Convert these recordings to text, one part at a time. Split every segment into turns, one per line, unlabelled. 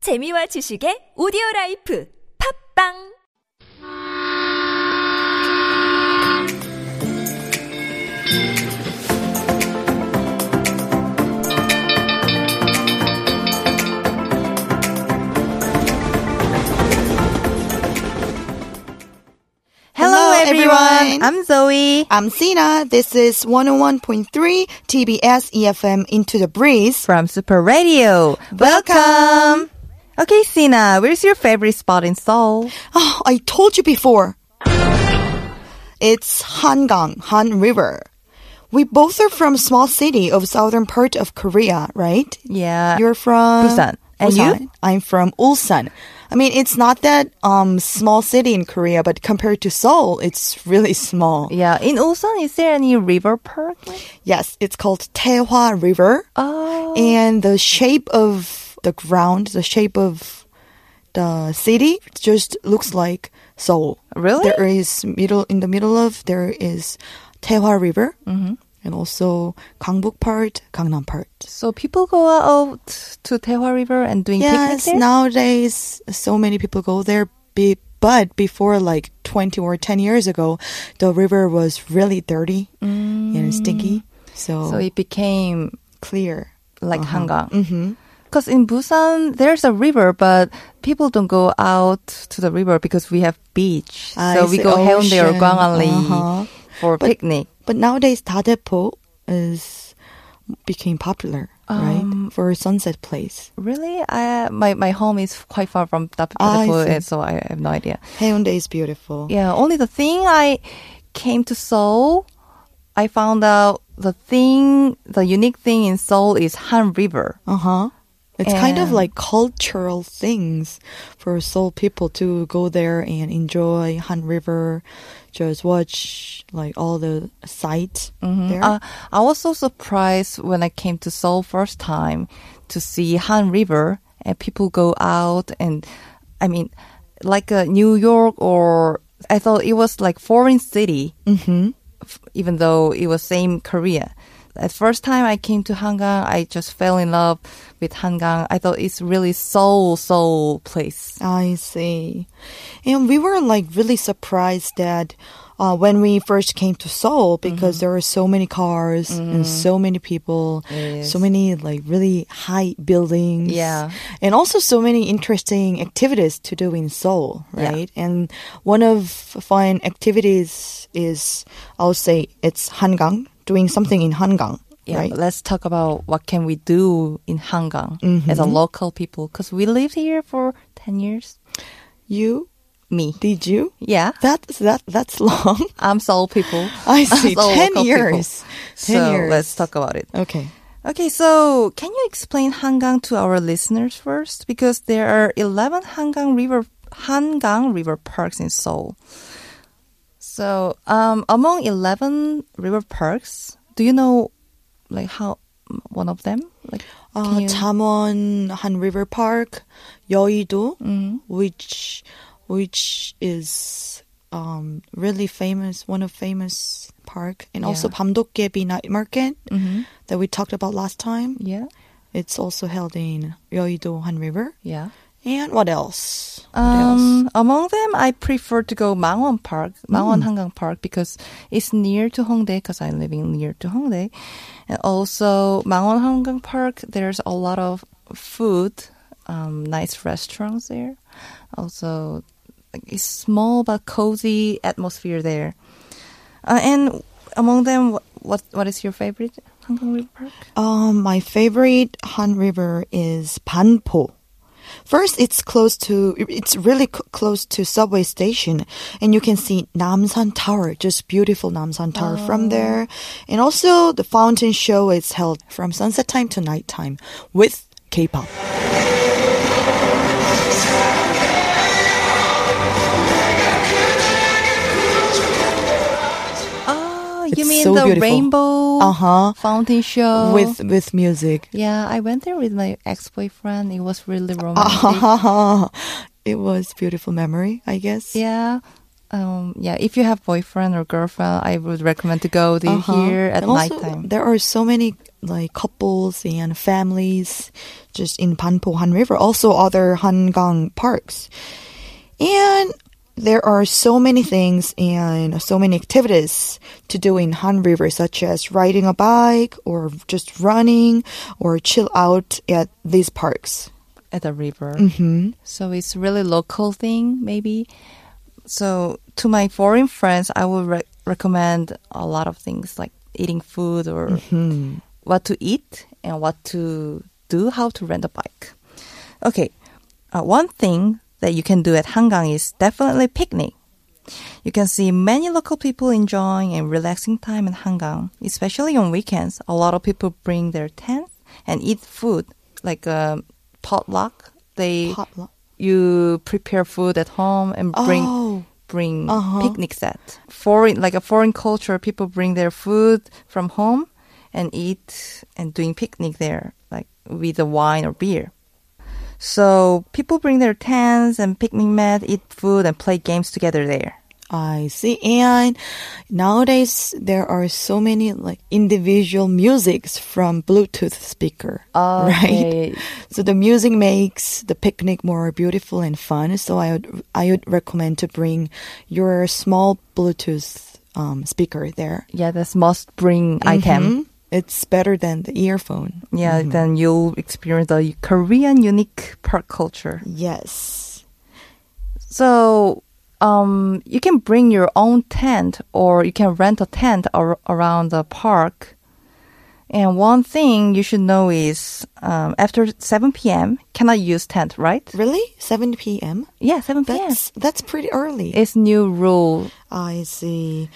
재미와 지식의 오디오 라이프 팝빵
Hello, everyone.
I'm Zoe.
I'm Sina. This is 101.3 TBS EFM E Into the Breeze.
From Super Radio. Welcome! Okay, Sina, where's your favorite spot in Seoul?
Oh, I told you before. It's Hangang, Han River. We both are from small city of southern part of Korea, right?
Yeah.
You're from
Busan. Uh, And
Busan.
you?
I'm from Ulsan. I mean, it's not that um small city in Korea, but compared to Seoul, it's really small.
yeah, in Ulsan, is there any river park?
Yes, it's called Taehwa River.
Oh.
and the shape of the ground, the shape of the city just looks like Seoul.
Really?
There is middle in the middle of there is Taehwa River
Mm-hmm.
and also Gangbuk part, Gangnam part.
So people go out to Taewa River and doing picnics
Yes,
there?
nowadays so many people go there be, but before like 20 or 10 years ago, the river was really dirty and stinky. So,
Mm. So it became
clear.
like Hangang.
hmm
Because in Busan, there's a river, but people don't go out to the river because we have beach.
Ah,
so
it's
we
the
go Haeundae or
ocean.
Gwanghwali
Uh-huh.
for
But-
picnic.
But nowadays, Dadepo is became popular,
Um,
right, for a sunset place.
Really? I, my, my home is quite far from
Ah, I
Dapipotepo,
see.
and so I have no idea.
Haeundae is beautiful.
Yeah, only the thing I came to Seoul, I found out the thing, the unique thing in Seoul is Han River.
Uh huh. It's kind of
And-
like cultural things for Seoul people to go there and enjoy Han River, just watch like all the sights there.
Uh, I was so surprised when I came to Seoul first time to see Han River and people go out and I mean like uh, New York or I thought it was like foreign city f- even though it was same Korea. At first time I came to Hangang, I just fell in love with Hangang. I thought it's really Seoul, Seoul place.
I see. And we were like really surprised that uh, when we first came to Seoul,
Mm-hmm.
because there were so many cars and so many people, so many like really high buildings.
Yeah.
And also so many interesting activities to do in Seoul,
Yeah.
right? And one of fun activities is, I'll say it's Hangang, doing something in Hangang,
Yeah,
right?
let's talk about what can we do in Hangang as a local people because we lived here for 10 years.
You,
Me.
did you?
Yeah.
That's, that, that's long.
I'm Seoul people.
I see.
Seoul
10
local
years.
people. so
10 years.
let's talk about it.
Okay.
Okay, so can you explain Hangang to our listeners first? Because there are 11 Hangang River Hangang River parks in Seoul. So um, among 11 river parks, do you know like how one of them? Like can you-
Uh, Tamon Han River Park, Yeouido, which which is um, really famous, one of famous park, and also
Yeah.
Bamdokgebi Night Market
Mhm.
that we talked about last time.
Yeah,
It's also held in Yeouido Han River.
yeah.
And what else? What else?
Um, among them, I prefer to go Mangwon Park, Mangwon Hangang Park, because it's near to Hongdae, because I'm living near to Hongdae. And also, Mangwon Hangang Park, there's a lot of food, um, nice restaurants there. Also, like, it's small but cozy atmosphere there. Uh, and among them, wh- what what is your favorite Hangang River Park?
Um, my favorite Han River is Banpo. First, it's close to, it's really c- close to subway station and you can see Namsan Tower, just beautiful Namsan Tower from there. And also the fountain show is held from sunset time to nighttime with K-pop.
Oh, you
It's
mean
so
the
beautiful.
rainbow
Uh-huh.
fountain show
With, with music.
Yeah, I went there with my ex boyfriend. It
Uh-huh.
was really romantic.
it was beautiful memory, I guess.
Yeah. um, yeah, if you have boyfriend or girlfriend, I would recommend to go the,
Uh-huh.
here at
and also,
nighttime.
There are so many like couples and families just in Panpo Han River, also other Hangang parks. And there are so many things and so many activities to do in Han River, such as riding a bike or just running or chill out at these parks.
at the river.
hmm
So it's really local thing, maybe. So to my foreign friends, I would re- recommend a lot of things like eating food or what to eat and what to do, how to rent a bike. Okay, uh, one thing that you can do at Hangang is definitely picnic. You can see many local people enjoying and relaxing time in Hangang, especially on weekends. A lot of people bring their tents and eat food like um, potluck. They
Potluck.
you prepare food at home and bring
Oh.
bring
Uh-huh.
picnic set. Foreign like a foreign culture, people bring their food from home and eat and doing picnic there, like with a wine or beer. So people bring their tents and picnic mat, eat food and play games together there.
I see. And nowadays there are so many like individual musics from Bluetooth speaker. Right. So the music makes the picnic more beautiful and fun. So I would I would recommend to bring your small Bluetooth um, speaker there.
Yeah, that's must bring item.
Mhm. It's better than the earphone.
Yeah, then you'll experience the Korean unique park culture.
Yes.
So um, you can bring your own tent or you can rent a tent ar- around the park. And one thing you should know is um, after 7 p.m. cannot use tent, right?
Really? 7 p.m.
Yeah, 7 p.m.
That's that's pretty early.
It's new rule.
I see.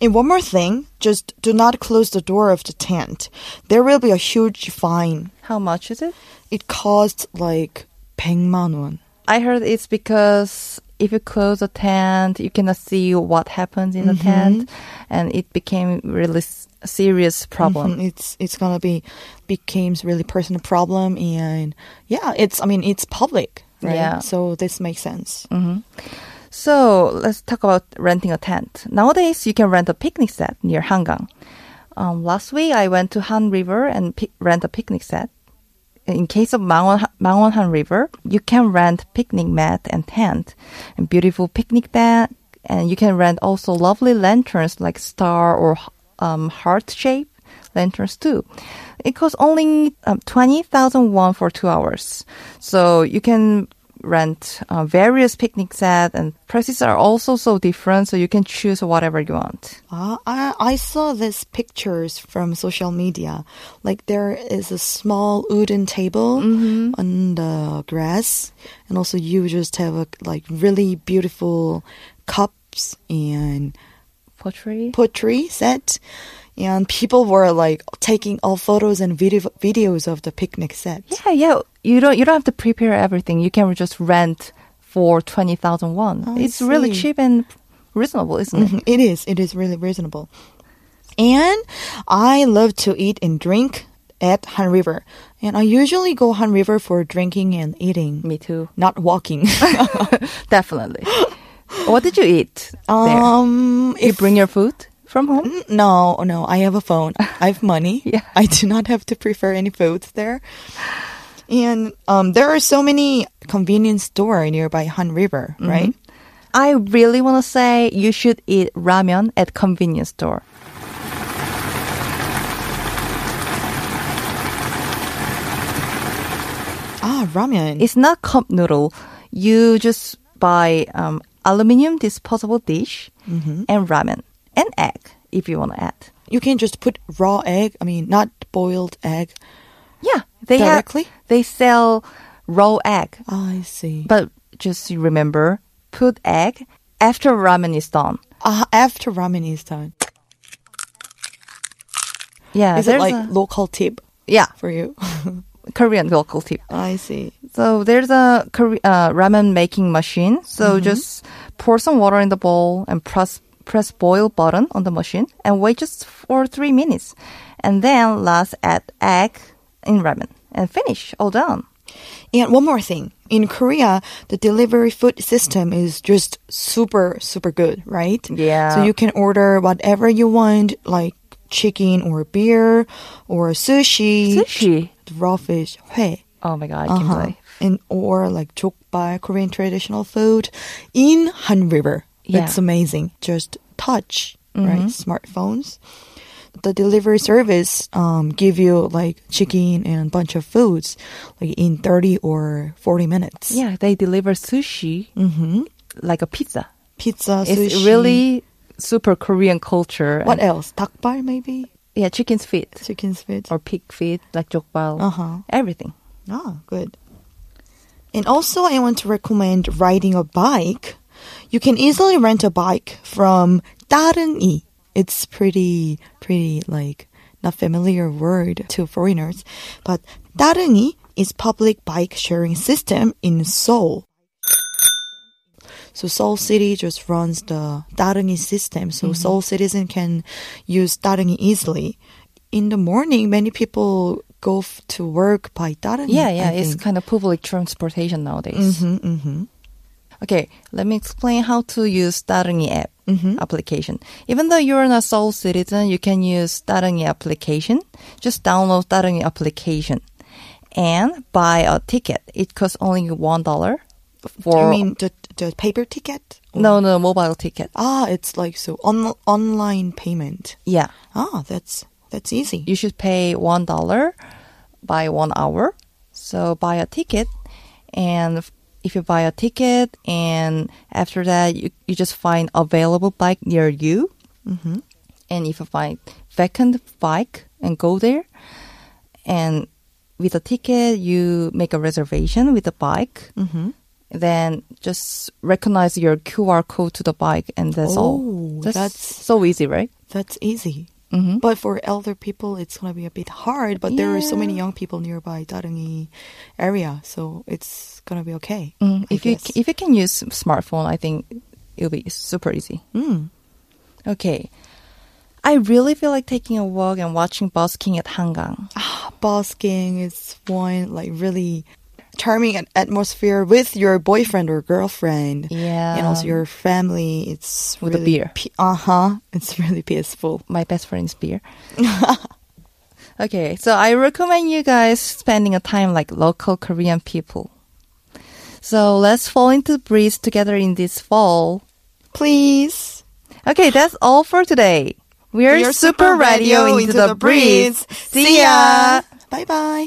And one more thing, just do not close the door of the tent. There will be a huge fine.
How much is it?
It costs like 100만 원.
I heard it's because if you close a tent, you cannot see what happens in the tent, and it became really s- serious problem.
Mhm, It's it's gonna be becomes really personal problem and yeah, it's I mean it's public, right?
Yeah.
So this makes sense.
So let's talk about renting a tent. Nowadays, you can rent a picnic set near Hangang. Um, last week, I went to Han River and pi- rent a picnic set. In case of Mangwon, Mangwon Han River, you can rent picnic mat and tent, and beautiful picnic deck, and you can rent also lovely lanterns like star or um, heart shape lanterns too. It costs only um, twenty thousand won for two hours, so you can rent uh, various picnic set and prices are also so different so you can choose whatever you want
Ah, I, I saw these pictures from social media. Like there is a small wooden table on the grass, and also you just have a, like really beautiful cups and
pottery
pottery set. And people were like taking all photos and video videos of the picnic set.
yeah yeah you don't you don't have to prepare everything you can just rent for 20000 won
I
it's really
see.
cheap and reasonable isn't it
Mhm, It is. It is really reasonable. And I love to eat and drink at Han River. And I usually go Han River for drinking and eating,
me too
not walking.
definitely what did you eat there
um,
you
if,
bring your food from home
no, no, I have a phone. I have money.
Yeah.
I do not have to prepare any foods there. And um, there are so many convenience store nearby Han River, right?
i really want to say you should eat ramen at convenience store
Ah, ramen.
It's not cup noodle. You just buy um, aluminum disposable dish and ramen and egg if you want to add.
you can just put raw egg. I mean, not boiled egg.
Yeah, they
Directly?
have they sell raw egg,
I see.
but just remember put egg after ramen is done.
Uh, after ramen is done.
Yeah,
Is it
Uh, there's
like
a-
local tip
yeah
for you?
Korean local tip.
I see.
So there's a Kore- uh, ramen making machine. So just pour some water in the bowl and press press boil button on the machine and wait just for three minutes, and then last add egg in ramen and finish all done.
And one more thing. In Korea, the delivery food system is just super, super good, right?
Yeah.
So you can order whatever you want, like chicken or beer or sushi,
Sushi.
raw fish, 회.
Oh my god,
Uh-huh.
Kimberly.
And or like jokba, Korean traditional food in Han River.
Yeah. Mm-hmm.
That's amazing. Just touch, right? Smartphones. The delivery service um, give you like chicken and bunch of foods like in 30 or 40 minutes.
Yeah, they deliver sushi
hmm
Mm-hmm. like a pizza.
Pizza, sushi.
It's really super Korean culture.
What
And-
else? Takbar maybe?
yeah, chicken's feet
Chicken's feet.
or pig feet, like jokbal.
Uh-huh.
Everything.
Ah, good. And also, I want to recommend riding a bike. You can easily rent a bike from 다른이. It's pretty, pretty like not familiar word to foreigners, but 다른이 is public bike sharing system in Seoul. So Seoul City just runs the Darengi system, so
Mm-hmm.
Seoul citizen can use Darengi easily. In the morning, many people go f- to work by Darengi.
Yeah, yeah,
Mm, I
it's
think.
kind of public transportation nowadays.
Mhm, mhm.
Okay, let me explain how to use Darengi app
Mm-hmm.
application. Even though you're not a Seoul citizen, you can use Darengi application. Just download Darengi application and buy a ticket. It costs only one dollar
You
for
mean the the paper ticket?
no, no mobile ticket.
Ah, it's like so on online payment.
Yeah,
Ah, that's that's easy.
you should pay one dollar by one hour. So buy a ticket, and f- if you buy a ticket, and after that you, you just find available bike near you,
Mm-hmm.
and if you find vacant bike and go there, and with a ticket you make a reservation with a bike.
Mm-hmm.
Then just recognize your QR code to the bike, and that's all.
Oh, that's-
so easy, right?
That's easy.
Mm-hmm.
But for elder people, it's gonna be a bit hard. But there are so
Yeah.
many young people nearby Darengi area, so it's gonna be okay.
Mm,
I
if you
guess.
if you can use smartphone, I think it'll be super easy.
Mm.
Okay, I really feel like taking a walk and watching busking at Hangang.
Ah, busking is one like really charming at- atmosphere with your boyfriend or girlfriend
Yeah,
and also your family it's
With a
really
beer.
pe- uh-huh it's really peaceful
my best friend's beer. okay, so I recommend you guys spending a time like local Korean people. So let's fall into the breeze together in this fall.
please
Okay, that's all for today. We're
Your
Super Radio into, the, breeze. See ya.
bye bye